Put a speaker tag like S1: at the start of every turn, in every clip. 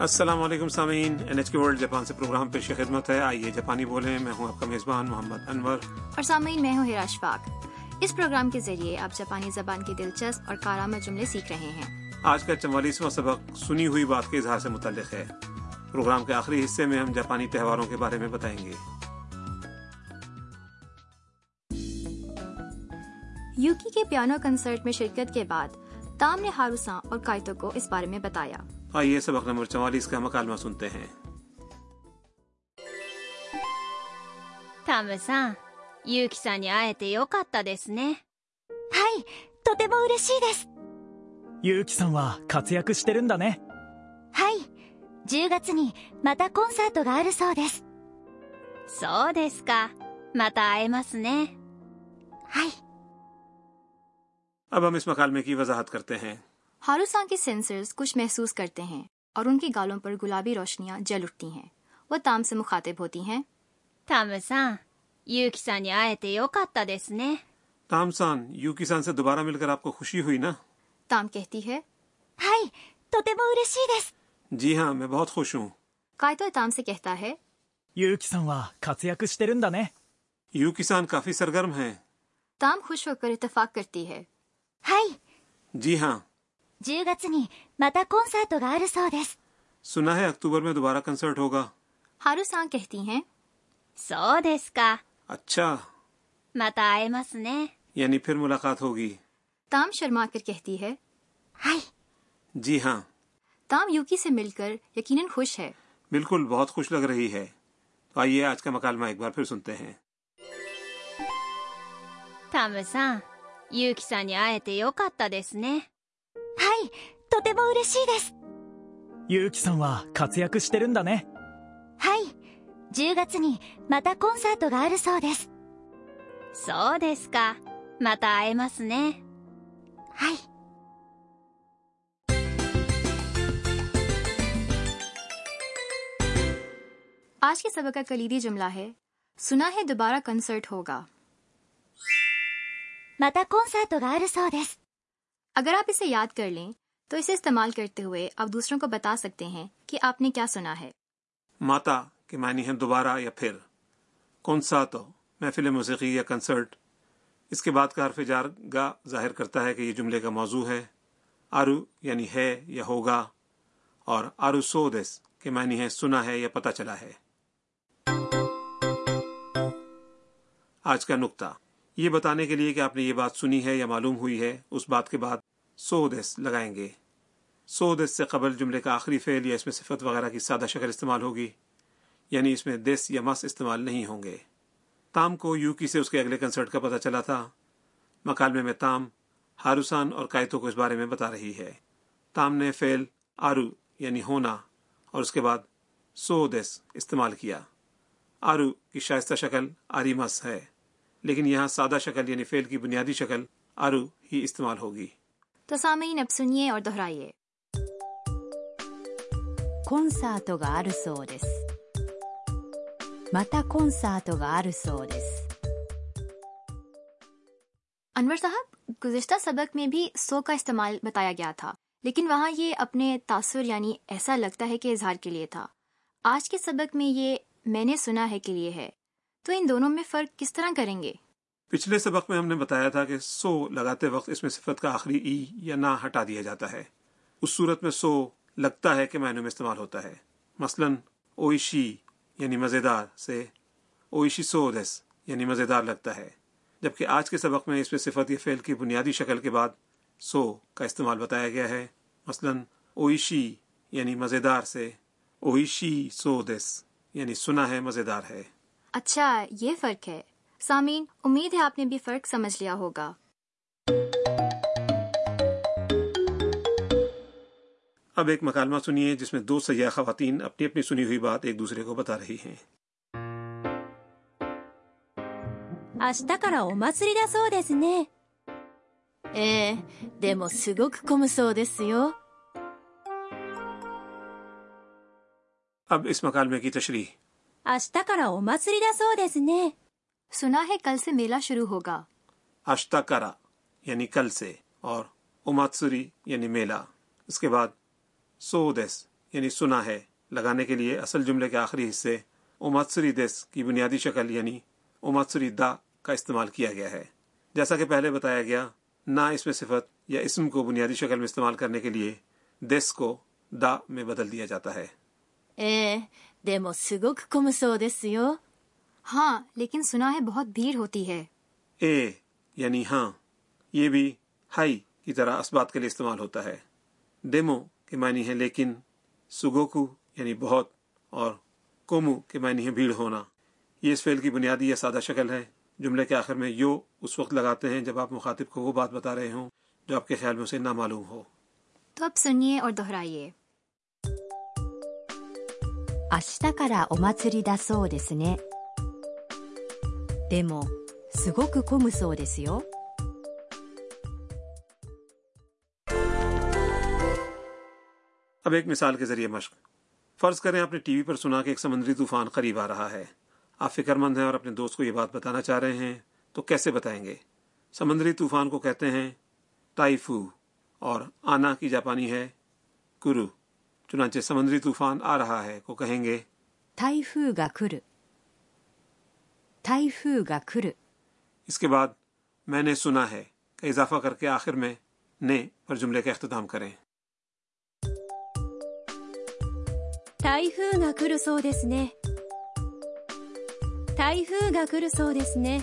S1: السلام علیکم سامعین N H K World Japan سے پروگرام پیش خدمت ہے آئیے جاپانی بولیں میں ہوں آپ کا میزبان محمد انور
S2: اور سامعین میں ہوں ہراش فاق اس پروگرام کے ذریعے آپ جاپانی زبان کے دلچسپ اور کارآمد جملے سیکھ رہے ہیں
S1: آج کا چوالیسواں سبق سنی ہوئی بات کے اظہار سے متعلق ہے پروگرام کے آخری حصے میں ہم جاپانی تہواروں کے بارے میں بتائیں گے
S2: یوکی کے پیانو کنسرٹ میں شرکت کے بعد تام نے ہاروساں اور کائتو کو اس بارے میں بتایا
S1: آئیے سبق نمبر چوالیس کا مکالمہ سنتے ہیں
S3: タムさん、ユウキさんに会えてよかったですね。
S4: はい、とても嬉しいです。
S5: ゆうきさんは活躍してるんだね
S4: はい、10月にまたコンサートがあるそうです。
S3: そうですか。また会えますね。
S4: はい、
S1: اب ہم اس مکالمے کی وضاحت کرتے ہیں
S2: ہاروساں کے سینسرز کچھ محسوس کرتے ہیں اور ان کی گالوں پر گلابی روشنیاں جل اٹھتی ہیں وہ تام سے مخاطب ہوتی ہیں
S3: タムさん、ユウキさんに会えてよかったですね。
S1: تام سان یو کسان سے دوبارہ مل کر آپ کو خوشی ہوئی نا
S2: تام کہتی ہے
S4: はい、とても嬉しいです。
S1: جی ہاں میں بہت خوش ہوں
S2: کائتو تام سے کہتا ہے
S5: ゆうきさんは活躍してるんだね
S1: یو کسان کافی سرگرم ہیں
S2: تام خوش ہو کر اتفاق کرتی ہے
S4: はい、
S1: جی ہاں
S4: 10月にまたコンサートがあるそうです。
S1: سنا ہے اکتوبر میں دوبارہ کنسرٹ ہوگا
S2: ہاروساں کہتی ہیں
S3: そうですか。
S1: اچھا
S3: また会えますね。
S1: یعنی پھر ملاقات ہوگی
S2: تام شرما کر کہتی ہے
S4: はい、
S1: جی ہاں
S2: تام یوکی سے مل کر یقیناً خوش ہے
S1: بالکل بہت خوش لگ رہی ہے تو آئیے آج کا مکالمہ ایک بار پھر سنتے ہیں
S3: タムさん、ユウキさんに会えてよかったですね。
S4: はい、とても嬉しいです。
S5: ゆうきさんは活躍してるんだね
S4: はい、10月にまたコンサートがあるそうです。
S3: そうですか。また会えますね。
S4: はい、
S2: آج کے سبق کا کلیدی جملہ ہے سنا ہے دوبارہ کنسرٹ ہوگا
S4: またコンサートがあるそうです。
S2: اگر آپ اسے یاد کر لیں تو اسے استعمال کرتے ہوئے آپ دوسروں کو بتا سکتے ہیں کہ آپ نے کیا سنا ہے
S1: ماتا کے معنی ہیں دوبارہ یا پھر کنساتو محفل موسیقی یا کنسرٹ اس کے بعد کا حرف جار گا ظاہر کرتا ہے کہ یہ جملے کا موضوع ہے آرو یعنی ہے یا ہوگا اور آرو سو دس کے معنی ہے سنا ہے یا پتہ چلا ہے آج کا نقطہ یہ بتانے کے لیے کہ آپ نے یہ بات سنی ہے یا معلوم ہوئی ہے اس بات کے بعد سو دس لگائیں گے سو دس سے قبل جملے کا آخری فعل یا اس میں صفت وغیرہ کی سادہ شکل استعمال ہوگی یعنی اس میں دس یا مس استعمال نہیں ہوں گے تام کو یوکی سے اس کے اگلے کنسرٹ کا پتہ چلا تھا مکالمے میں تام ہاروسان اور کائتو کو اس بارے میں بتا رہی ہے تام نے فعل آرو یعنی ہونا اور اس کے بعد سو دس استعمال کیا آرو کی شائستہ شکل آری مس ہے لیکن یہاں سادہ شکل یعنی فعل کی بنیادی شکل آرو ہی استعمال ہوگی
S2: تو سامعین اب سنیے اور دہرائیے
S6: コンサートがあるそうですまたコンサートがあるそうです
S2: انور صاحب گزشتہ سبق میں بھی سو کا استعمال بتایا گیا تھا لیکن وہاں یہ اپنے تاثر یعنی ایسا لگتا ہے کہ اظہار کے لیے تھا آج کے سبق میں یہ میں نے سنا ہے کے لیے ہے تو ان دونوں میں فرق کس طرح کریں گے
S1: پچھلے سبق میں ہم نے بتایا تھا کہ سو لگاتے وقت اس میں صفت کا آخری ای یا نہ ہٹا دیا جاتا ہے اس صورت میں سو لگتا ہے کہ معنوں میں استعمال ہوتا ہے مثلا اویشی یعنی مزیدار سے اویشی سو دس یعنی مزیدار لگتا ہے جبکہ آج کے سبق میں اس میں صفت یا فعل کی بنیادی شکل کے بعد سو کا استعمال بتایا گیا ہے مثلا اویشی یعنی مزیدار سے اویشی سو دس یعنی سنا ہے مزیدار ہے
S2: اچھا یہ فرق ہے سامعین امید ہے آپ نے بھی فرق سمجھ لیا ہوگا
S1: اب ایک مکالمہ سنیے جس میں دو سیاح خواتین اپنی اپنی سنی ہوئی بات ایک دوسرے کو بتا رہی ہیں
S4: 明日からお祭りだそうですね。
S6: ええでもすごく混むそうですよ
S1: اب اس مکالمے کی تشریح
S4: 明日からお祭りだそうですね。
S2: سنا ہے کل سے میلہ شروع ہوگا
S1: آشتہ کرا یعنی کل سے اور اماتسری یعنی میلہ اس کے بعد سو دس یعنی سنا ہے لگانے کے لیے اصل جملے کے آخری حصے اوماتسری دیس کی بنیادی شکل یعنی اوماتسری دا کا استعمال کیا گیا ہے جیسا کہ پہلے بتایا گیا نہ اس میں صفت یا اسم کو بنیادی شکل میں استعمال کرنے کے لیے دیس کو دا میں بدل دیا جاتا ہے
S6: ええでもすごく混むそうですよ
S2: ہاں لیکن سنا ہے بہت بھیڑ ہوتی ہے
S1: اے یعنی ہاں یہ بھی ہائی کی طرح اس بات کے لیے استعمال ہوتا ہے ڈیمو کے معنی ہے لیکن سگوکو یعنی بہت اور کومو کے معنی ہے بھیڑ ہونا یہ اس فعل کی بنیادی یا سادہ شکل ہے جملے کے آخر میں یو اس وقت لگاتے ہیں جب آپ مخاطب کو وہ بات بتا رہے ہوں جو آپ کے خیال میں اسے نہ معلوم ہو
S2: تو اب سنیے اور دہرائیے
S6: 明日からお祭りだそうですねでもすごく混むそうですよ
S1: اب ایک مثال کے ذریعے مشق فرض کریں آپ نے ٹی وی پر سنا کہ ایک سمندری طوفان قریب آ رہا ہے آپ فکر مند ہیں اور اپنے دوست کو یہ بات بتانا چاہ رہے ہیں تو کیسے بتائیں گے سمندری طوفان کو کہتے ہیں ٹائیفو اور آنا کی جاپانی ہے کرو چنانچہ سمندری طوفان آ رہا ہے کو کہیں گے
S6: 台風が来る台風が来る
S1: اس کے بعد میں نے سنا ہے کا اضافہ کر کے آخر میں نے پر جملے کا اختتام کریں
S4: 台風が来るそうですね台風が来るそうですね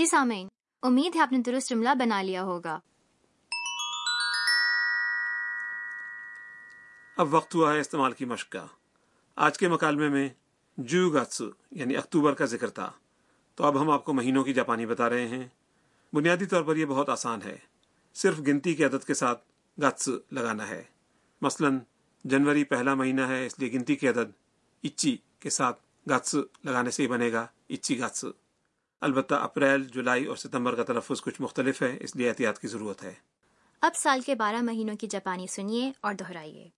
S2: جی سامعین امید ہے آپ نے درست جملہ بنا لیا ہوگا
S1: اب وقت ہوا ہے استعمال کی مشق کا آج کے مکالمے میں جو گاتسو یعنی اکتوبر کا ذکر تھا تو اب ہم آپ کو مہینوں کی جاپانی بتا رہے ہیں بنیادی طور پر یہ بہت آسان ہے صرف گنتی کی عدد کے ساتھ گاتسو لگانا ہے مثلا جنوری پہلا مہینہ ہے اس لیے گنتی کی عدد اچی کے ساتھ گاتسو لگانے سے ہی بنے گا اچی گاتسو البتہ اپریل جولائی اور ستمبر کا تلفظ کچھ مختلف ہے اس لیے احتیاط کی ضرورت ہے
S2: اب سال کے بارہ مہینوں کی جاپانی سنیے اور دہرائیے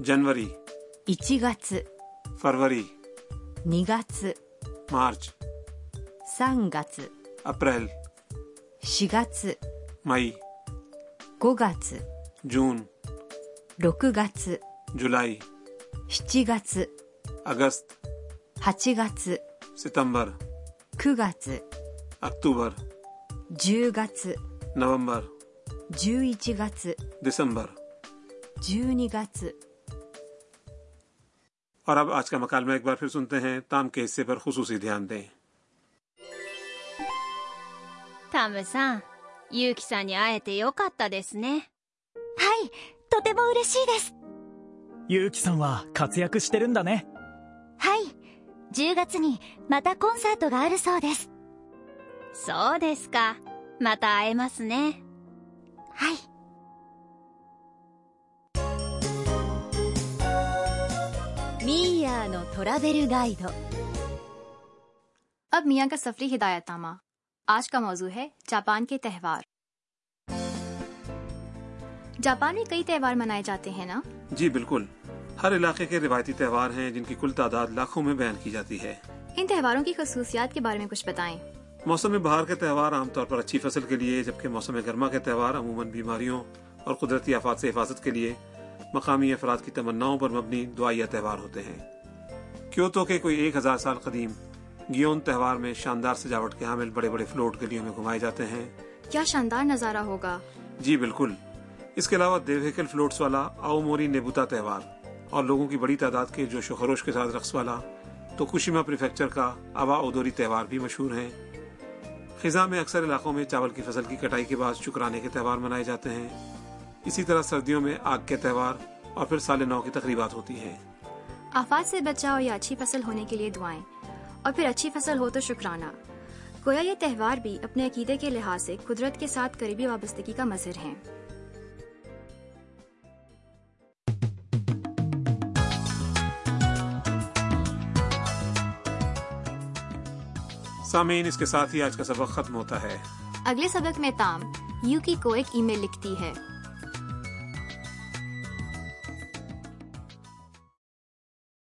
S1: جنوری
S6: 1月
S1: فروری
S6: 2月
S1: مارچ
S6: 3月
S1: اپریل
S6: 4月
S1: مئی
S6: 5月
S1: جون
S6: 6月
S1: جولائی
S6: 7月
S1: اگست
S6: 8月
S1: ستمبر
S6: 9月
S1: اکتوبر
S6: 10月
S1: نومبر
S6: 11月
S1: دسمبر
S6: 12月
S1: اور اب آج کا مکالمہ ایک بار پھر سنتے ہیں تام کے حصے پر خصوصی دھیان دیں
S3: タムさんユウキさんに会えてよかったですね
S4: はいとても嬉しいです
S5: ゆうきさんは活躍してるんだね。
S4: はい10月にまたコンサートがあるそうです
S3: そうですかまた会えますね
S4: はい
S6: ミーヤーのトラベルガイド
S2: اب میاں کا سفری ہدایت نامہ آج کا موضوع ہے جاپان کے تہوار جاپان میں کئی تہوار منائے جاتے ہیں نا
S1: جی بالکل ہر علاقے کے روایتی تہوار ہیں جن کی کل تعداد لاکھوں میں بیان کی جاتی ہے
S2: ان تہواروں کی خصوصیات کے بارے میں کچھ بتائیں
S1: موسم بہار کے تہوار عام طور پر اچھی فصل کے لیے جبکہ موسم گرما کے تہوار عموماً بیماریوں اور قدرتی آفات سے حفاظت کے لیے مقامی افراد کی تمناؤں پر مبنی دعائیہ تہوار ہوتے ہیں کیوتو کے کوئی ایک ہزار سال قدیم گیون تہوار میں شاندار سجاوٹ کے حامل بڑے بڑے فلوٹ گلیوں میں گھمائے جاتے ہیں
S2: کیا شاندار نظارہ ہوگا
S1: جی بالکل اس کے علاوہ دیوہیکل فلوٹس والا آؤ موری نیبوتا تہوار اور لوگوں کی بڑی تعداد کے جوش و خروش کے ساتھ رقص والا تو کشیما پریفیکچر کا آبا ادوری تہوار بھی مشہور ہیں خزاں میں اکثر علاقوں میں چاول کی فصل کی کٹائی کے بعد شکرانے کے تہوار منائے جاتے ہیں اسی طرح سردیوں میں آگ کے تہوار اور پھر سال نو کی تقریبات ہوتی ہیں
S2: آفات سے بچاؤ یا اچھی فصل ہونے کے لیے دعائیں اور پھر اچھی فصل ہو تو شکرانہ گویا یہ تہوار بھی اپنے عقیدے کے لحاظ سے قدرت کے ساتھ قریبی وابستگی کا مظہر ہیں
S1: سامعین اس کے ساتھ ہی آج کا سبق ختم ہوتا ہے
S2: اگلے سبق میں تام یو کی کو ایک ای میل لکھتی ہے